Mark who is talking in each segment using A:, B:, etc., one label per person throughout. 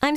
A: I'm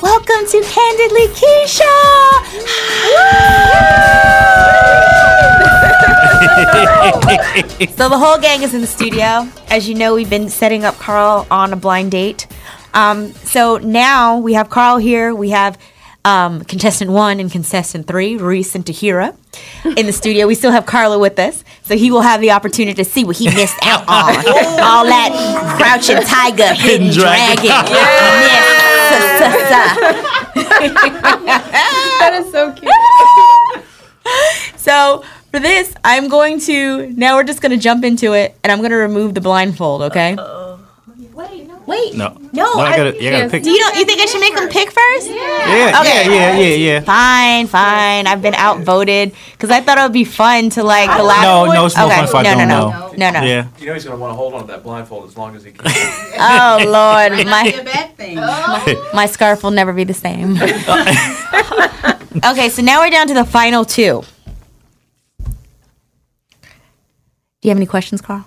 B: Welcome to Candidly Keisha!
C: So the whole gang is in the studio. As you know, we've been setting up Carl on a blind date. Um, so now we have Carl here. We have um, contestant one and contestant three, Reese and Tahira, in the studio. We still have Carla with us, so he will have the opportunity to see what he missed out on. All that crouching tiger, hidden dragon. Yes.
D: That is so cute.
C: So for this, I'm going to now we're just gonna jump into it, and I'm gonna remove the blindfold. Okay? Wait, no. No,
E: No. No,
C: I-
E: I gotta, you gotta pick.
C: Do you don't? You think I should make them pick first?
E: Yeah,
C: Okay.
E: yeah, yeah, yeah,
C: Fine, fine. I've been outvoted because I thought it would be fun to like collab.
E: No, no, it's more fun if I
C: no,
E: don't
C: no,
E: know.
C: no, no, no.
E: yeah. Yeah.
F: You know he's gonna want to hold on to that blindfold as long as he can.
C: Oh Lord,
D: A
C: my
D: bad thing.
C: my scarf will never be the same. okay, so now we're down to the final two. Do you have any questions, Carl?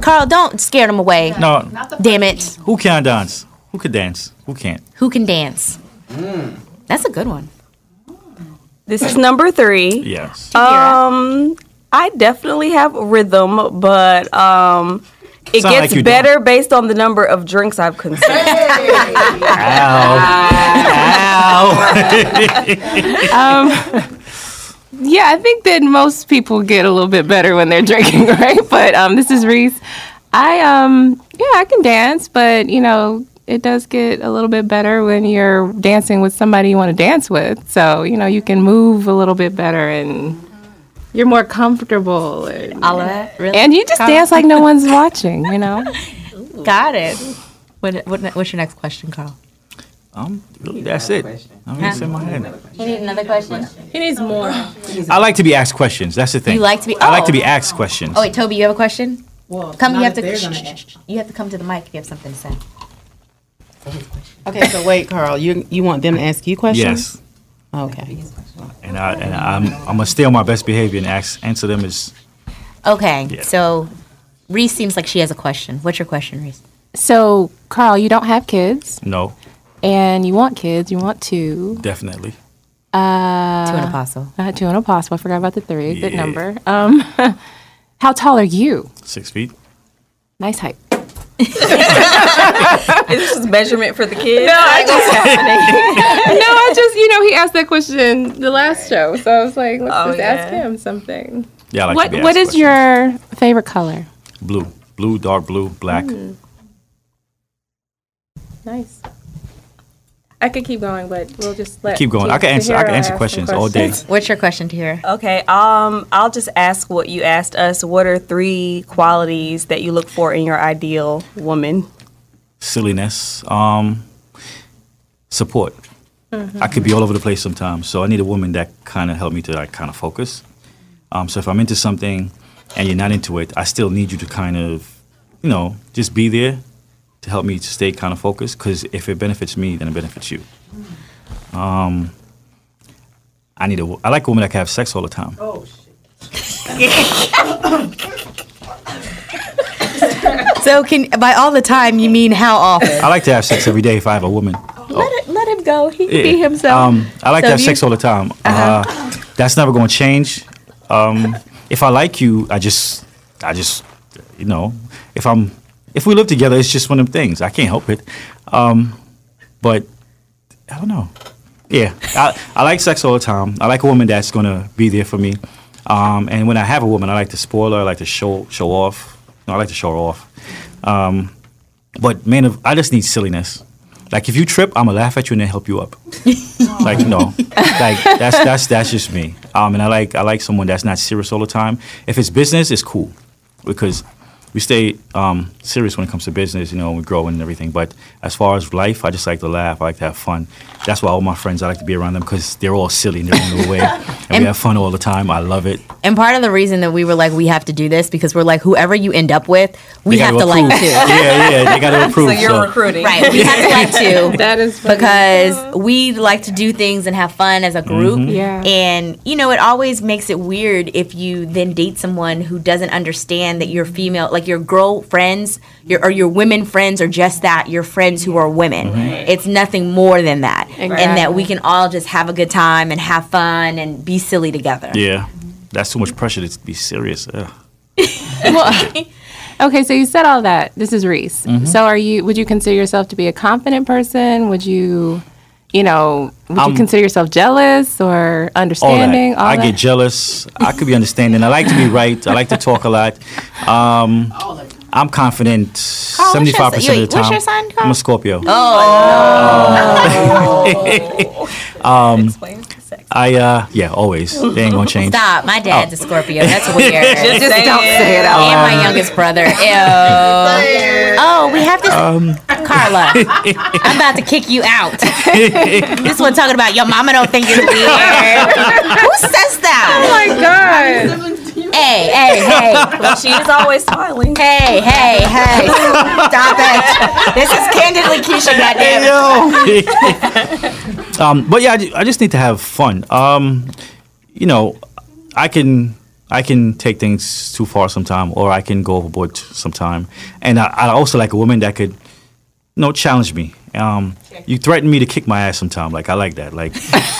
C: Carl, don't scare them away.
E: No,
C: Damn it.
E: who can dance? Who could dance? Who can't?
C: Who can dance? That's a good one.
G: This is number three.
E: Yes.
C: Oh,
G: Um, I definitely have rhythm, but um, it
E: Sound like
G: gets
E: you
G: better based on the number of drinks I've consumed.
E: Ow.
D: Yeah, I think that most people get a little bit better when they're drinking, right? But um, this is Reese. I um, yeah, I can dance, but you know, it does get a little bit better when you're dancing with somebody you want to dance with. So you know, you can move a little bit better and. You're more comfortable, and,
C: All of that? Really?
D: and you just dance like no one's watching. You know,
C: Got it. What, what, what's your next question, Carl?
E: um, really, that's it. I mean, it's in my head.
C: You need another question?
G: He needs more.
E: I like to be asked questions. That's the thing.
C: You like to be-
E: I like
C: oh.
E: to be asked questions.
C: Oh, wait, Toby, you have a question? come, you have to. shh, shh, shh, shh. you have to come to the mic if you have something to say.
H: Okay, so wait, Carl, you you want them to ask you questions?
E: yes.
H: Okay.
E: And I and I'm I'm gonna stay on my best behavior and ask answer them as
C: Okay,
E: Yeah.
C: so Reese seems like she has a question. What's your question, Reese?
D: so Carl, you don't have kids,
E: no,
D: and you want kids. You want two.
E: definitely.
C: to an apostle.
D: Uh, two and a possible. I forgot about the three. Good number. Um, how tall are you?
E: Six feet.
D: Nice height.
G: Is this just measurement for the kids?
D: no, I just you know he asked that question the last show, so I was like, let's just ask him something.
E: Yeah. I Oh, like to
D: What
E: be
D: What
E: asked
D: is your favorite color?
E: questions. blue? Blue, dark blue, black.
C: Hmm.
D: Nice. I could keep going, but we'll just let
E: Keep going. I can answer. I can answer questions all day.
C: What's your question to hear?
G: Okay. Um, I'll just ask what you asked us. What are three qualities that you look for in your ideal woman?
E: silliness, um, support. I could be all over the place sometimes, so I need a woman that kind of help me to like kind of focus. Um, so if I'm into something and you're not into it, I still need you to kind of, you know, just be there to help me to stay kind of focused. Because if it benefits me, then it benefits you. Um, I need a. wo- I like a woman that can have sex all the time.
C: So, can by all the time you mean how often?
E: I like to have sex every day if I have a woman.
D: Let, let him go. He can
E: Yeah.
D: be himself.
E: Um, I like
C: So
E: to have
C: you- Uh-huh.
E: sex all the time. uh that's never going to change. Um, if I like you, I just, I just, you know, if I'm, if we live together, it's just one of them things. I can't help it. Um, but I don't know. Yeah, I, I like sex all the time. I like a woman that's gonna be there for me. Um, and when I have a woman, I like to spoil her. I like to show show off. No, I like to show her off. Um, but man, if, I just need silliness. Like if you trip, I'ma laugh at you and then help you up. like no, like that's that's that's just me. Um, and I like I like someone that's not serious all the time. If it's business, it's cool because we stay um, serious when it comes to business. You know, we grow and everything. But as far as life, I just like to laugh. I like to have fun. That's why all my friends I like to be around them because they're all silly in their own little way, and,
C: And-
E: we have fun all the time. I love it.
C: And part of the reason that we were like, we have to do this because we're like, whoever you end up with, we
E: They
C: have
E: gotta
C: to like
E: approve.
C: too.
E: yeah, yeah, they got to approve.
G: recruiting.
C: Right, we have to like too. that is because we like to do things and have fun as a group.
D: Mhm. Yeah.
C: And you know, it always makes it weird if you then date someone who doesn't understand that your female, like your girl friends, your or your women friends are just that, your friends who are women.
E: Mm-hmm.
C: It's nothing more than that, and that we can all just have a good time and have fun and be silly together.
E: Yeah, that's too much pressure to be serious. Ugh.
D: well, okay, so you said all that. This is Reese.
E: Mhm.
D: So are you? Would you consider yourself to be a confident person? Would you, you know, would
E: I'm-
D: you consider yourself jealous or understanding?
E: All that. Um, I get jealous. I could be understanding. I like to be right. I like to talk a lot. Um, I'm confident
C: what's your
E: seventy-five percent
C: sign?
E: of the time.
C: What's your sign Oh.
E: I'm a Scorpio. um, I uh, yeah, always. They ain't gonna change.
C: Stop. My dad's a Scorpio. That's weird.
D: Just Just don't saying. Oh. say it out
C: And my
D: loud.
C: youngest brother. Ew. oh, we have this.
E: Um,
C: Carla, I'm about to kick you out. this one talking about your mama don't think you're weird. Who says that?
G: Oh
C: my god. Hey, hey, hey.
G: Well, she is always smiling.
C: Hey, hey, hey. Stop it. This is candidly Keisha, goddamn.
E: Hey, yo. um, but yeah, I, ju- I just need to have fun. Um, you know, I can I can take things too far sometime, or I can go overboard t- sometime. And I, I also like a woman that could, you know, challenge me. Um, you threaten me to kick my ass sometime. Like I like that. Like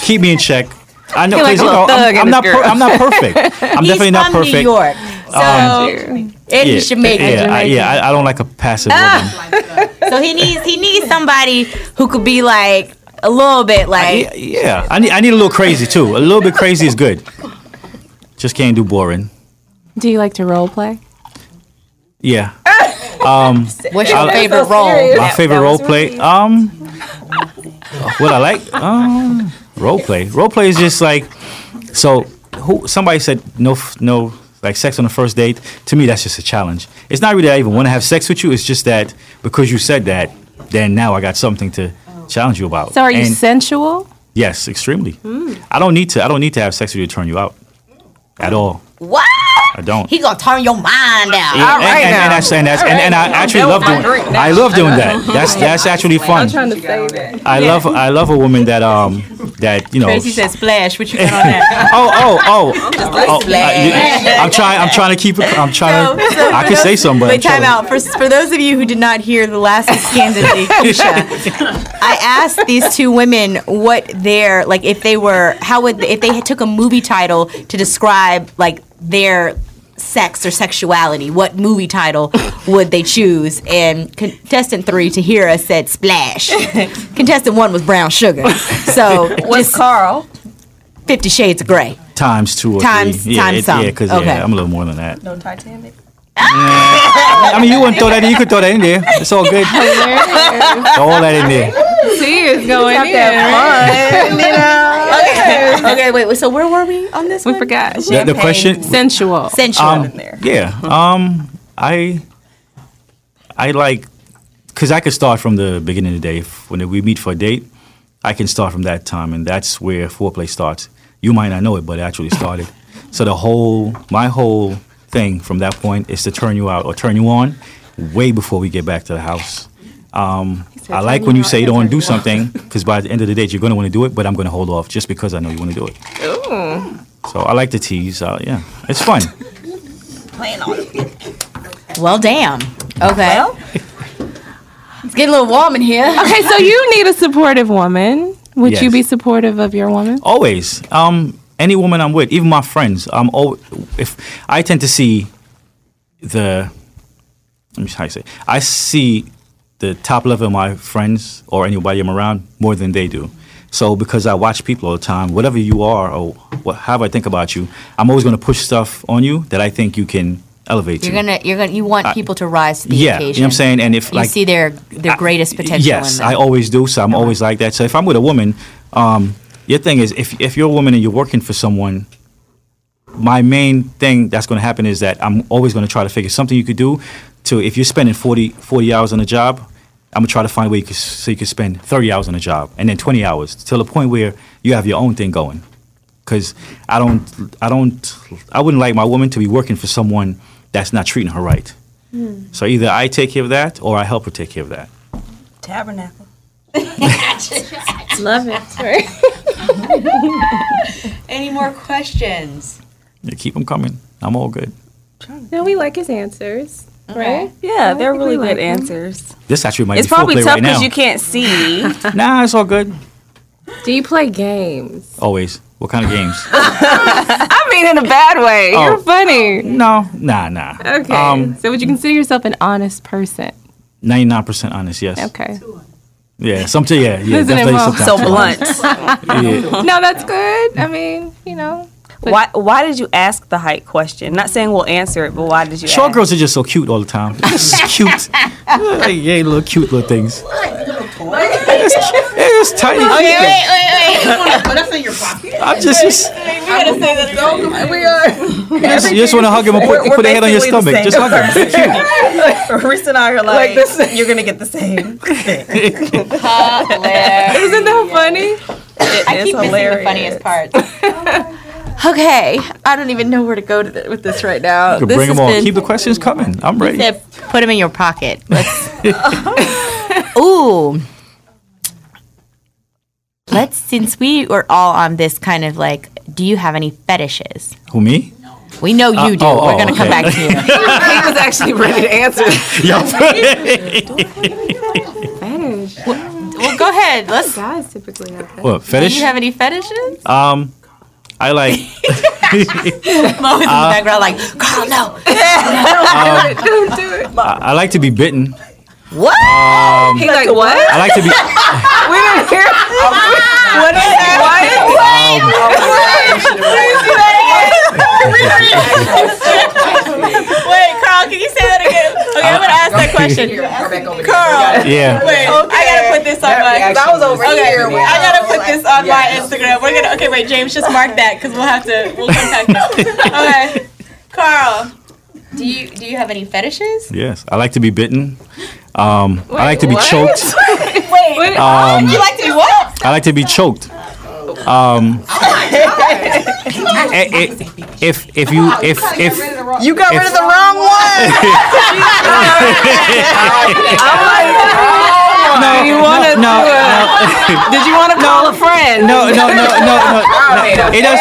E: keep me in check. I know
C: You're like
E: 'cause,
C: a
E: you know
C: little thug
E: I'm,
C: in
E: I'm
C: this
E: not per-
C: girl.
E: I'm not perfect. I'm
C: He's
E: definitely not
C: from New
E: perfect.
C: York,
E: Um,
C: So, in
E: yeah,
C: Jamaica.
E: Yeah, I, yeah. I, I don't like a passive woman.
C: so he needs he needs somebody who could be like a little bit like
E: Yeah, I need I need a little crazy too. A little bit crazy is good. Just can't do boring.
D: Do you like to role play?
E: Yeah. Um,
D: What's your
E: I-
D: favorite role?
E: My
D: That-
E: favorite
D: that
E: role
D: was
E: play. Um, what I like? Um, role play. Role play is just like so. Who somebody said no f- no like sex on the first date. To me, that's just a challenge. It's not really that I even want to have sex with you. It's just that because you said that, then now I got something to challenge you about.
D: So are you
E: And-
D: sensual?
E: Yes, extremely. I don't need to. I don't need to have sex with you to turn you out, at all.
C: what
E: I don't.
C: he gonna turn your mind out
E: Yeah, and, and, and that's and that's and, and I actually love doing. I love doing that. That's that's actually fun.
C: to say that
E: I love I love a woman that um that you know.
C: Tracy said splash what you got on that
E: Oh oh oh!
C: like,
E: oh I,
C: splash.
E: am trying. I'm trying to keep it. I'm trying. to, I could say something. but I'm
C: Wait, time
E: trying-
C: out. Uh, For, for those of you who did not hear the last candidly, Keisha, I asked these two women what their like if they were how would if they had took a movie title to describe like their sex or sexuality, what movie title would they choose? And contestant three, to hear us, said splash. contestant one was brown sugar. So was Carl. Fifty Shades of Grey.
E: Times two or
C: Times-
E: three. Yeah,
C: times
E: it-
C: some.
E: yeah, because
C: Okay.
E: yeah, I'm a little more than that.
G: No Titanic.
E: I mean, you wouldn't throw that in. You could throw that in there. It's all good. Throw all that in there.
D: She is going in.
C: Okay. Okay. Wait. So where were we on this?
D: We forgot.
E: The- the question-
D: Sensual.
C: Sensual.
E: Um, Yeah. Um, I I like because I could start from the beginning of the day. If- When we meet for a date, I can start from that time, and that's where foreplay starts. You might not know it, but it actually started. so the whole my whole thing from that point is to turn you out or turn you on way before we get back to the house. Um, I like when you say you don't want to do something because by the end of the day you're going to want to do it, but I'm going to hold off just because I know you want to do it. So I like to tease. Uh, yeah, it's fun.
C: Well, damn. Okay. it's getting a little warm in here.
D: Okay, so you need a supportive woman. Would you
E: Yes.
D: be supportive of your woman?
E: Always. Um, any woman I'm with, even my friends, I'm al- if I tend to see the let me see how you say it. I see the top level of my friends or anybody I'm around more than they do. So because I watch people all the time, whatever you are or what, however I think about you, I'm always going to push stuff on you that I think you can elevate
C: You're
E: to.
C: gonna, you're gonna, you want
E: I-
C: people to rise to the
E: yeah, you know
C: occasion.
E: what I'm saying? And if,
C: you
E: like-
C: see their their greatest potential.
E: Yes,
C: in them. Uh-huh.
E: I always do. So I'm always like that. So if I'm with a woman, um, your thing is if if you're a woman and you're working for someone, my main thing that's going to happen is that I'm always going to try to figure something you could do to if you're spending 40, 40 hours on a job, I'm gonna try to find a way you could, so you can spend 30 hours on a job and then 20 hours till the point where you have your own thing going. Cause I don't, I don't, I wouldn't like my woman to be working for someone that's not treating her right. So either I take care of that or I help her take care of that.
G: Tabernacle. Love it.
C: Any more questions?
E: Yeah, keep them coming. I'm all good.
D: No, we like his answers, right?
G: Yeah,
D: I
G: they're
D: think
G: really
D: we
G: good
D: like him.
G: answers.
E: This actually might
G: It's
E: be foreplay
G: probably tough
E: right now.
G: because you can't see.
E: nah, it's all good.
D: Do you play games?
E: Always. What kind of games?
D: I mean, in a bad way.
E: Oh.
D: You're funny.
E: no, nah, nah.
D: Okay.
E: Um,
D: so would you consider yourself an honest person?
E: 99% honest. Yes.
D: Okay.
E: Yeah. Some. Yeah. Yeah.
D: Doesn't
E: definitely
D: involve-
E: sometimes
G: Oh, so
E: too
G: blunt.
E: honest. Yeah.
D: No, that's good. I mean, you know.
G: why? Why did you ask the height question? Not saying we'll answer it, but why did you?
E: Short
G: ask?
E: girls are just so cute all the time. Just cute. Yeah, yeah, little cute little things. It's, it's tiny.
C: Okay,
E: cute things.
C: wait, wait, wait.
H: that's in your pocket.
E: I'm just, just,
G: We are.
E: you just, you just want to hug him and put, put a head on your stomach. Just hug him. It's cute.
G: Reese and I are like, you're gonna get the same.
D: Isn't that funny?
G: I keep hilarious.
C: parts.
D: Okay. I don't even know where to go to th- with this right now.
E: You can bring them on. Keep the questions coming. I'm ready.
C: Said, put them in your pocket. Let's. Ooh. Let's since we were all on this kind of like, do you have any fetishes?
E: Who me?
C: We know you do.
E: oh,
C: we're
E: oh,
C: gonna come
E: okay.
C: back to you.
D: he was actually ready to answer.
C: well, go ahead. Let's.
D: Guys typically have that.
E: What
C: Do
E: fetish?
C: you have any fetishes?
E: um, I like.
C: Mo is in the background, like Carl. No.
E: I, I like to be bitten.
C: What?
D: He's like, what?
E: I like to be.
D: We didn't hear.
G: What is that?
C: Wait, Carl. Can you say that again? Okay, I'm gonna ask that question. Carl.
E: yeah.
C: I gotta put this on my.
H: I was over
C: Okay, I gotta put this on my Instagram. We're gonna. Okay, wait, James, just mark that because we'll have to. We'll contact you. Okay, Carl. Do you do you have any fetishes?
E: Yes, I like to be bitten. Um, I like to be
D: what?
E: choked.
C: Wait,
E: Um,
C: you like to be what?
E: I like to be choked. Um, eh, eh, if if you if if
G: You got rid of the wrong one.
E: no
D: You wanna
E: no
D: do Did you want to call a friend?
E: no no no no no, no. it does.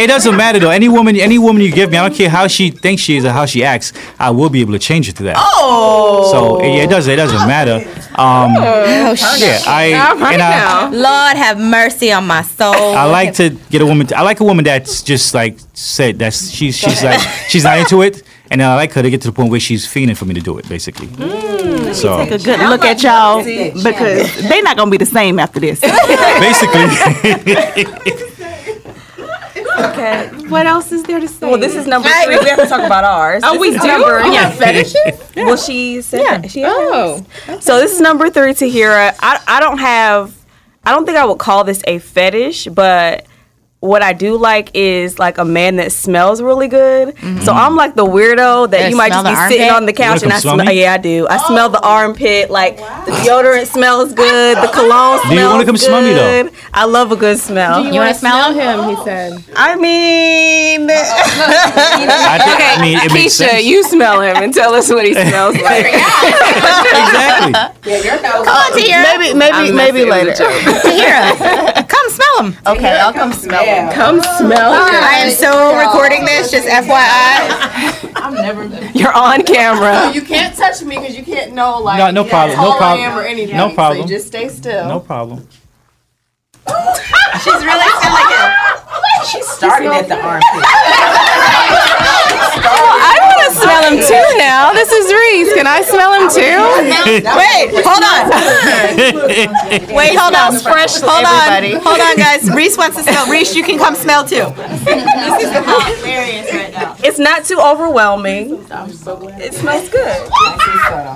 E: It doesn't matter though. Any woman, any woman you give me, I don't care how she thinks she is or how she acts, I will be able to change it to that. Oh. So yeah, it does. It doesn't matter. Um,
C: Oh shit!
E: yeah, I
D: Right
E: and I,
D: now.
C: Lord have mercy on my soul.
E: I like to get a woman. I like a woman that's just like said that's she's she's like she's not into it, and I like her to get to the point where she's fiending for me to do it, basically. So
H: Take a good look at y'all because they not gonna be the same after this.
E: basically,
D: What else is there to say?
G: Well, this is number three. We have to talk about ours.
D: Oh,
G: This
D: we
G: is
D: do?
G: Number,
D: Oh,
G: yeah.
D: fetishes?
G: Well, she said
H: Yeah.
G: that she had
D: Oh.
G: So this is number three, Tahira. I I don't have I don't think I would call this a fetish, but what I do like is like a man that smells really good. So I'm like the weirdo that
C: You
G: you might
C: smell
G: just
C: the
G: be sitting
C: armpit?
G: on the couch
E: You
G: and I
E: like 'em
G: smell.
E: slimy?
G: Yeah, I do. I smell the armpit. Like the deodorant smells good. The cologne smells
E: Do you wanna come
G: good.
E: smell me, though?
G: I love a good smell.
C: You want to smell him?
D: him, he said.
G: I mean,
E: I, think, I mean it makes sense.
D: Keisha, you smell him and tell us what he smells like.
E: exactly.
C: Come on, Tahira.
H: maybe maybe maybe later.
C: Tahira, come smell him. Okay, I'll come smell him.
D: Come smell him.
C: I am so recording this, just FYI.
H: I'm never.
D: You're on camera.
H: You can't touch me because you can't know like
E: No, no problem, no
H: how tall
E: problem,
H: I am or anything.
E: no problem.
H: So you just stay still.
E: No problem.
C: She's really feeling it.
H: Started at the armpit.
D: I want to smell
I: smell him too now. This is Reese. Can I smell him too?
D: Wait, hold
I: on.
D: Wait, hold on.
I: Smells fresh to
D: hold
I: everybody.
D: on. Hold on, guys. Reese wants to smell. Reese, you can come smell too. this is hilarious right now.
G: It's not too overwhelming. It smells good.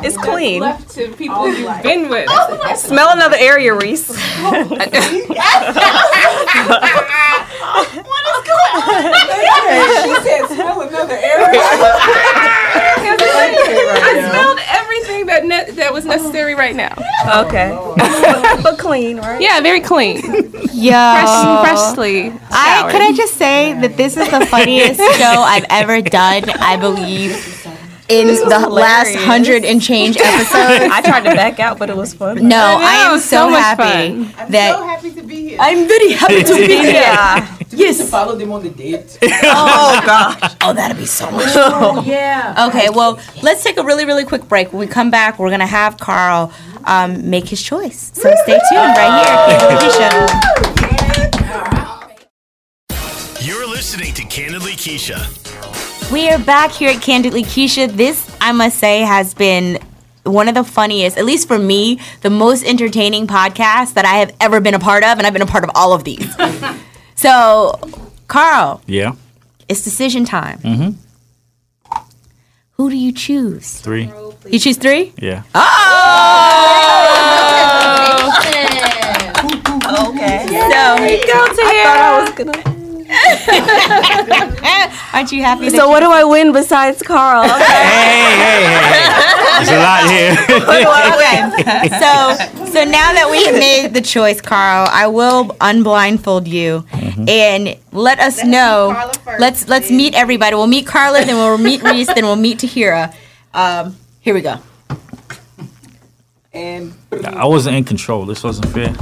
G: It's clean.
I: Left to people you've been with.
D: oh,
G: Smell another area, Reese.
J: she said, smell another area.
I: I smelled everything that ne- that was necessary right now.
G: Okay. but clean, right?
I: Yeah, very clean.
D: Yeah.
I: Fresh, freshly.
D: I could I just say that this is the funniest show I've ever done. I believe in the last hundred and change episodes.
G: I tried to back out, but it was fun.
D: No, I, am so, happy that
J: so happy to be here.
D: I'm very happy to be here.
J: Yes. To follow them on the date.
D: Oh gosh. Oh, that'd be so much fun.
J: yeah.
D: Okay, well, let's take a really, really quick break. When we come back, we're gonna have Carl um, make his choice. So stay tuned right here. Keisha.
K: You're listening to Candidly Keisha.
D: We are back here at Candidly Keisha. This, I must say, has been one of the funniest, at least for me, the most entertaining podcast that I have ever been a part of, and I've been a part of all of these. so, Carl,
E: Yeah.
D: it's decision time.
E: Mm-hmm.
D: Who do you choose?
E: Three.
D: You choose three?
E: Yeah.
D: Okay. So,
G: Go to I thought I was gonna.
D: Oh, aren't you happy? that
G: So what do I win besides Carl? Okay.
E: Hey, hey, hey. There's a lot here.
D: okay. So so now that we have made the choice, Carl, I will unblindfold you and let us know. let's let's meet everybody. We'll meet Carla, then we'll meet Reese, then we'll meet Tahira. Um, here we go.
J: And
E: I wasn't in control. This wasn't fair.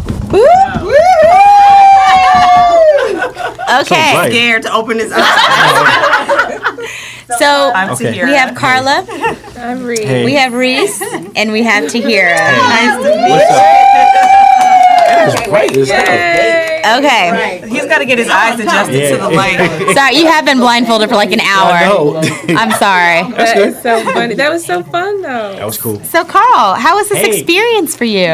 D: Okay.
E: Right.
L: Scared to open his eyes.
D: So
L: I'm
E: Okay.
L: Tahira.
D: we have Carla,
I: I'm reading.
E: Hey.
D: we have Reese, and we have Tahira. Nice to-
E: What's up? That was bright as hell.
D: Okay.
L: He's got to get his eyes adjusted to the light.
D: Sorry, you have been blindfolded for like an
E: I
D: hour.
E: know.
D: I'm sorry.
I: That is so funny. That was so fun though.
E: That was cool.
D: So Carl, Oh, how was this
E: Hey.
D: experience for you?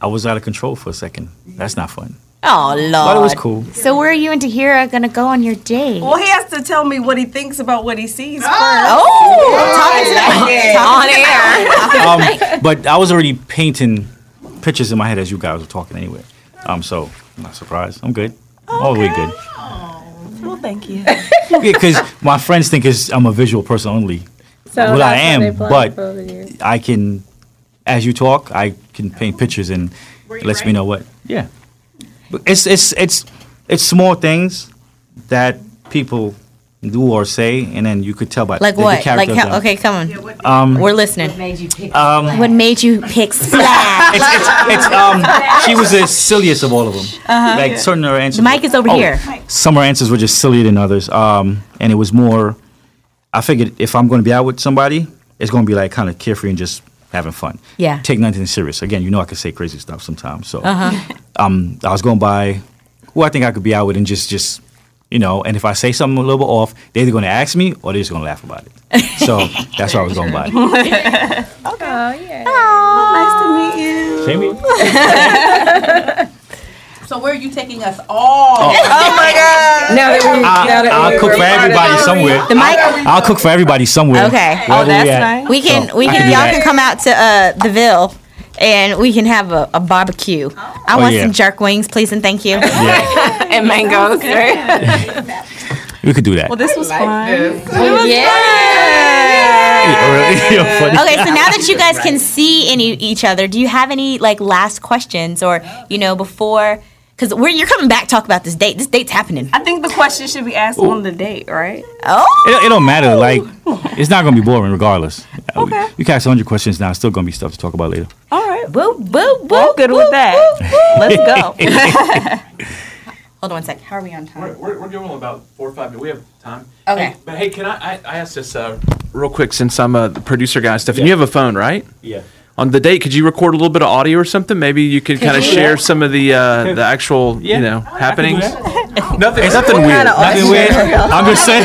E: I was out of control for a second. That's not fun.
D: Oh lord.
E: But it was cool.
D: So where are you and Tahira gonna go on your date?
G: Well, Oh, he has to tell me what he thinks about what he
E: Ah.
G: sees
D: Oh, on air.
E: Um, but I was already painting pictures in my head as you guys were talking anyway. Um, so I'm not surprised. I'm good. All the way good.
G: first. Well, thank you.
E: Because my friends think it's, I'm a visual person only.
I: So
E: Well, I
I: that's why
E: am,
I: they
E: but-
I: blindfolded you.
E: I can, as you talk, I can paint pictures and it lets me know what. Yeah, But it's it's it's it's small things that people do or say, and then you could tell by
D: Like
E: the,
D: what?
E: The
D: like
E: character of Um,
D: how,
E: them.
D: okay, come on. We're listening.
J: made you pick
E: um,
D: What made you pick Splash?
E: It's, it's, it's, um, she was the silliest of all of them. Like certain of her answers.
D: Uh-huh. The mic is over
E: Oh,
D: here.
E: Some of her answers were just sillier than others, um, and it was more. I figured if I'm going to be out with somebody, it's going to be like kind of carefree and just having fun.
D: Yeah.
E: Take nothing serious. Again, you know I can say crazy stuff sometimes. So,
D: Uh-huh.
E: um, I was going by who I think I could be out with and just just you know, and if I say something a little bit off, they're either going to ask me or they're just going to laugh about it. So that's what I was going by.
I: Oh yeah.
E: Same here.
J: So where are you taking us all?
I: Now that we now
E: I,
I: that we
E: I'll cook for everybody somewhere.
D: The mic.
E: I'll cook for everybody somewhere.
D: Okay.
E: Wherever
D: Oh,
E: we
D: that's
E: at.
G: nice.
D: We can
E: So,
D: we
E: I
D: can
E: can do
D: y'all
E: that.
D: can come out to uh the Ville and we can have a, a barbecue. I
E: Oh,
D: want
E: yeah.
D: some jerk wings, please and thank you.
E: Yeah,
I: and mangoes, right?
E: we could do that.
L: This was fun.
D: yeah.
E: Yeah, really? You're funny.
D: Okay, so now that you guys can see any each other, do you have any like last questions or you know before? Because we're you're coming back to talk about this date. This date's happening.
G: I think the question should be asked on the date, right?
D: Oh,
E: It, it don't matter. Like, it's not gonna be boring regardless. Okay. You can ask hundred questions now. It's still gonna be stuff to talk about later.
G: All right.
D: boo, boo, boo.
G: I'm good with that. Let's go.
D: Hold on one sec. How are we on time?
M: We're, we're, we're doing about four or five minutes. We have time.
D: Okay.
M: Hey, but hey, can I, I, I ask this uh, real quick since I'm a producer guy and stuff, and you have a phone, right?
E: Yeah.
M: On the date, could you record a little bit of audio or something? Maybe you could kind of share some of the uh, the actual,
E: Yeah.
M: you know,
E: I can do
M: happenings.
E: that.
F: Nothing. It's nothing weird. Nothing weird. I'm just saying.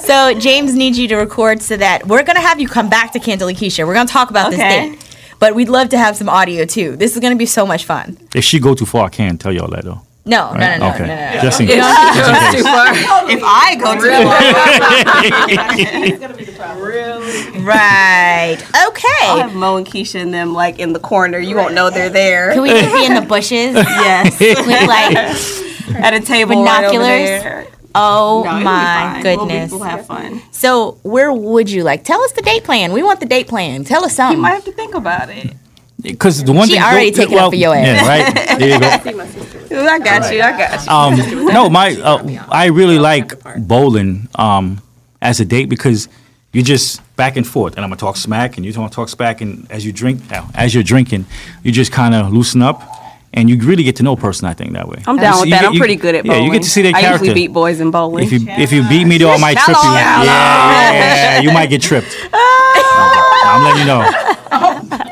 C: so James needs you to record so that we're gonna have you come back to Candle Keisha. We're gonna talk about this
D: Okay.
C: date, but we'd love to have some audio too. This is gonna be so much fun.
E: If she go too far, I can't tell y'all that though.
D: Oh,
C: No, no, no,
E: Right?
C: no, no,
E: okay.
C: no, no.
E: Just in
C: No,
E: case. Just in
C: no,
E: case.
C: If I go
G: Really?
C: to Right. Okay.
G: I'll have Mo and Keisha and them like in the corner. You won't know they're there.
C: Can we just be in the bushes?
G: yes.
C: With, like,
G: at a table right over there.
C: binoculars. Oh
G: No, it'll be
C: my
G: fine. We'll be-
C: goodness.
G: we'll have fun.
C: So where would you like? Tell us the date plan. We want the date plan. Tell us something. You might
G: have to think about it.
E: Because the one
C: She
E: thing
C: already
E: the-
C: taken up for your ass.
E: Yeah, right. There you go.
G: I got you. I got you.
E: um, no, my uh, I really like bowling um, as a date because you just back and forth, and I'm gonna talk smack, and you don't talk smack, and as you drink, as you're drinking, you just kind of loosen up, and you really get to know a person. I think that way.
G: I'm
E: You
G: down
E: see-
G: with
E: you
G: that.
E: get-
G: I'm
E: you-
G: pretty good at bowling.
E: Yeah, you get to see their
G: I
E: character.
G: usually beat boys in bowling.
E: if you if you beat me though, I might trip you. Yeah, yeah, you might get tripped. I'm letting you know.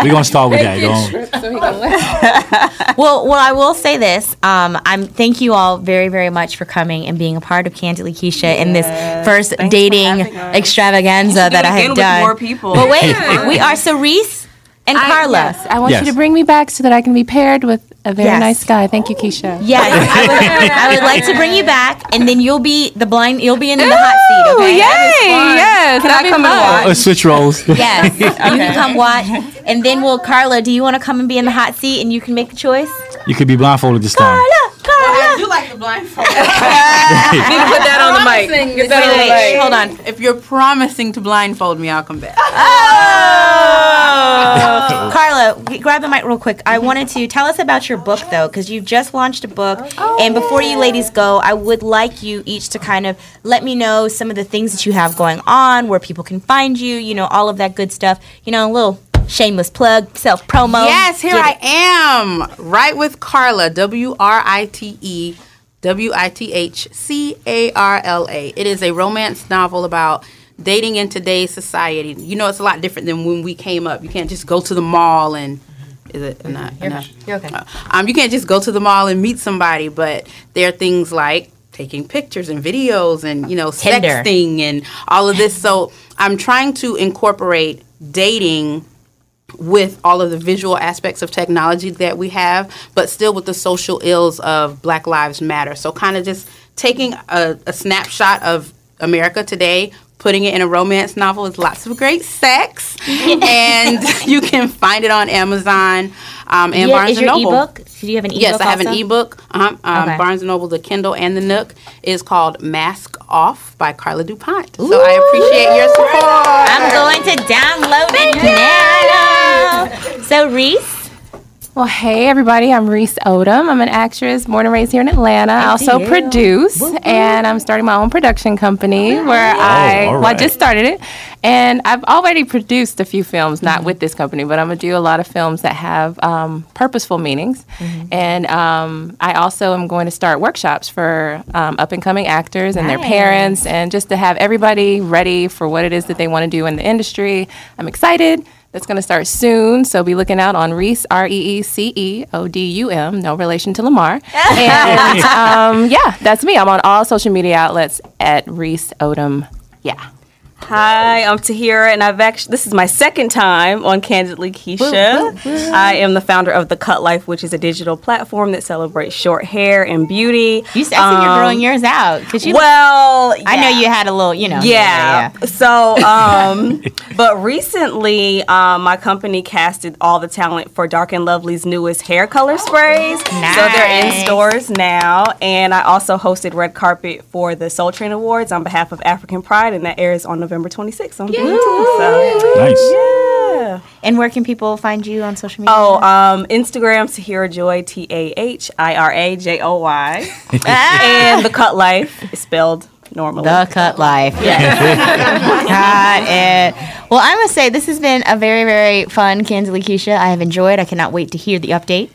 E: We're gonna start with that. Don't-
C: well, well, I will say this. Um, I'm thank you all very, very much for coming and being a part of Candidly Keisha in this first dating extravaganza
D: You should do
C: that
D: it
C: I had
D: again with
C: done.
D: more people.
C: But wait,
D: Yeah.
C: we are Cerise and
D: I-
C: Carla.
D: yes, I want you to bring me back so that I can be paired with a very
C: Yes.
D: nice guy. Thank you, Keisha.
C: Yes, I would, I would like to bring you back, and then you'll be the blind. You'll be in, in the hot seat. Okay.
D: Ooh, yay, yes,
C: Can I
D: that'd be
C: come and
D: fun.
C: watch?
E: Uh, switch roles.
C: Yes, you can come watch, and then we'll Carla. Do you want to come and be in the hot seat, and you can make a choice?
E: You could be blindfolded this time.
M: Well, I do like the blindfold. Need to put
G: that on the mic. Get that on the mic.
M: Hold on. If you're promising to blindfold me, I'll come back.
C: Oh, Carla, g- grab the mic real quick. I wanted to tell us about your book though, because you've just launched a book. and before you ladies go, I would like you each to kind of let me know some of the things that you have going on, where people can find you, you know, all of that good stuff. You know, a little shameless plug, self promo.
M: Yes, here I am. Right with Carla. W R I T E W I T H C A R L A. It is a romance novel about dating in today's society. You know, it's a lot different than when we came up. You can't just go to the mall and. Is it not enough?
C: You're okay.
M: Um, you can't just go to the mall and meet somebody, but there are things like taking pictures and videos and you know
C: Tinder.
M: sexting and all of this. So I'm trying to incorporate dating with all of the visual aspects of technology that we have, but still with the social ills of Black Lives Matter. So kind of just taking a, a snapshot of America today. Putting it in a romance novel with lots of great sex, and you can find it on Amazon um, and
C: Yeah,
M: Barnes
C: is
M: and
C: your
M: Noble.
C: ebook? Do you have an ebook?
M: Yes, I have an
C: also?
M: ebook. Uh-huh. Um,
C: Okay.
M: Barnes and Noble, the Kindle and the Nook is called Mask Off by Carla DuPont. So I appreciate your support.
C: I'm going to download it now. So Reese.
D: Well, hey everybody, I'm Reese Odom. I'm an actress, born and raised here in Atlanta. I also
C: yeah.
D: produce, and I'm starting my own production company where I
N: Oh, all
D: well, I
N: right.
D: just started it, and I've already produced a few films, not
C: Mm-hmm.
D: with this company, but I'm gonna do a lot of films that have um, purposeful meanings,
C: Mm-hmm.
D: and um, I also am going to start workshops for um, up and coming actors and their
N: Nice.
D: parents, and just to have everybody ready for what it is that they want to do in the industry. I'm excited. That's going to start soon, so be looking out on Reese R E E C E O D U M, no relation to Lamar. And um, yeah, that's me. I'm on all social media outlets at Reese Odom. Yeah.
G: Hi, I'm Tahira, and I've actually this is my second time on Candidly Keisha. I am the founder of the Cut Life, which is a digital platform that celebrates short hair and beauty. You, I
C: see
D: Um,
C: you're growing yours out. Cause you,
G: well,
C: I know
G: yeah.
C: you had a little, you know.
G: yeah. So, um, but recently, um, my company casted all the talent for Dark and Lovely's newest hair color sprays. So they're in
C: Nice.
G: stores now, and I also hosted red carpet for the Soul Train Awards on behalf of African Pride, and that airs on November 26th on BET. So.
E: Nice.
G: Yeah.
C: And where can people find you on social media?
G: Oh, um, Instagram, Tahira Joy, T A H I R A J O Y. And The Cut Life is spelled normally.
C: The cut life. Got it. Well, I must say this has been a very, very fun Kansas Keisha. I have enjoyed. I cannot wait to hear the update.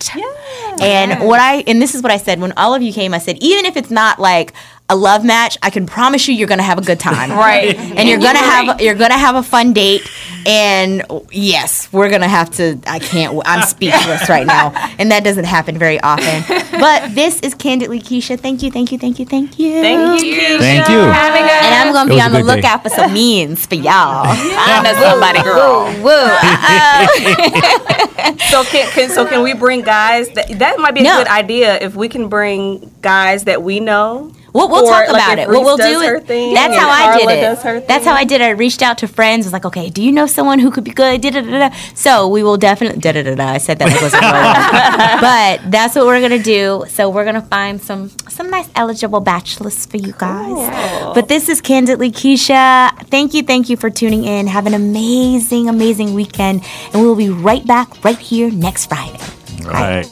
C: And what I and this is what I said when all of you came. I said even if it's not like a love match, I can promise you you're gonna have a good time.
G: Right.
C: And you're gonna have you're gonna have a fun date. And yes, we're gonna have to. I can't. I'm speechless right now. And that doesn't happen very often. But this is candidly Keisha. Thank you. Thank you. Thank you. Thank you.
G: Thank you, Keisha,
E: Thank you. for having us.
C: And I'm gonna be
E: It was a
C: on the
E: good day.
C: lookout for some means for y'all.
G: I know somebody, girl.
C: Whoa. uh-oh.
G: So can, can so can we bring guys that that might be a
C: No.
G: good idea if we can bring guys that we know.
C: We'll, we'll
G: Or,
C: talk
G: like,
C: about
G: if
C: it. What
G: Reese
C: we'll
G: does
C: do
G: her
C: is
G: thing
C: that's
G: and
C: how I
G: Carla
C: did
G: does her
C: it. That's how I did it. I reached out to friends. Was like, okay, do you know someone who could be good? Da, da, da, da. So we will definitely da, da, da, da. I said that like it was a roll. but that's what we're gonna do. So we're gonna find some some nice eligible bachelors for you guys. But this is candidly Keisha. Thank you, thank you for tuning in. Have an amazing, amazing weekend, and we will be right back right here next Friday.
E: All right.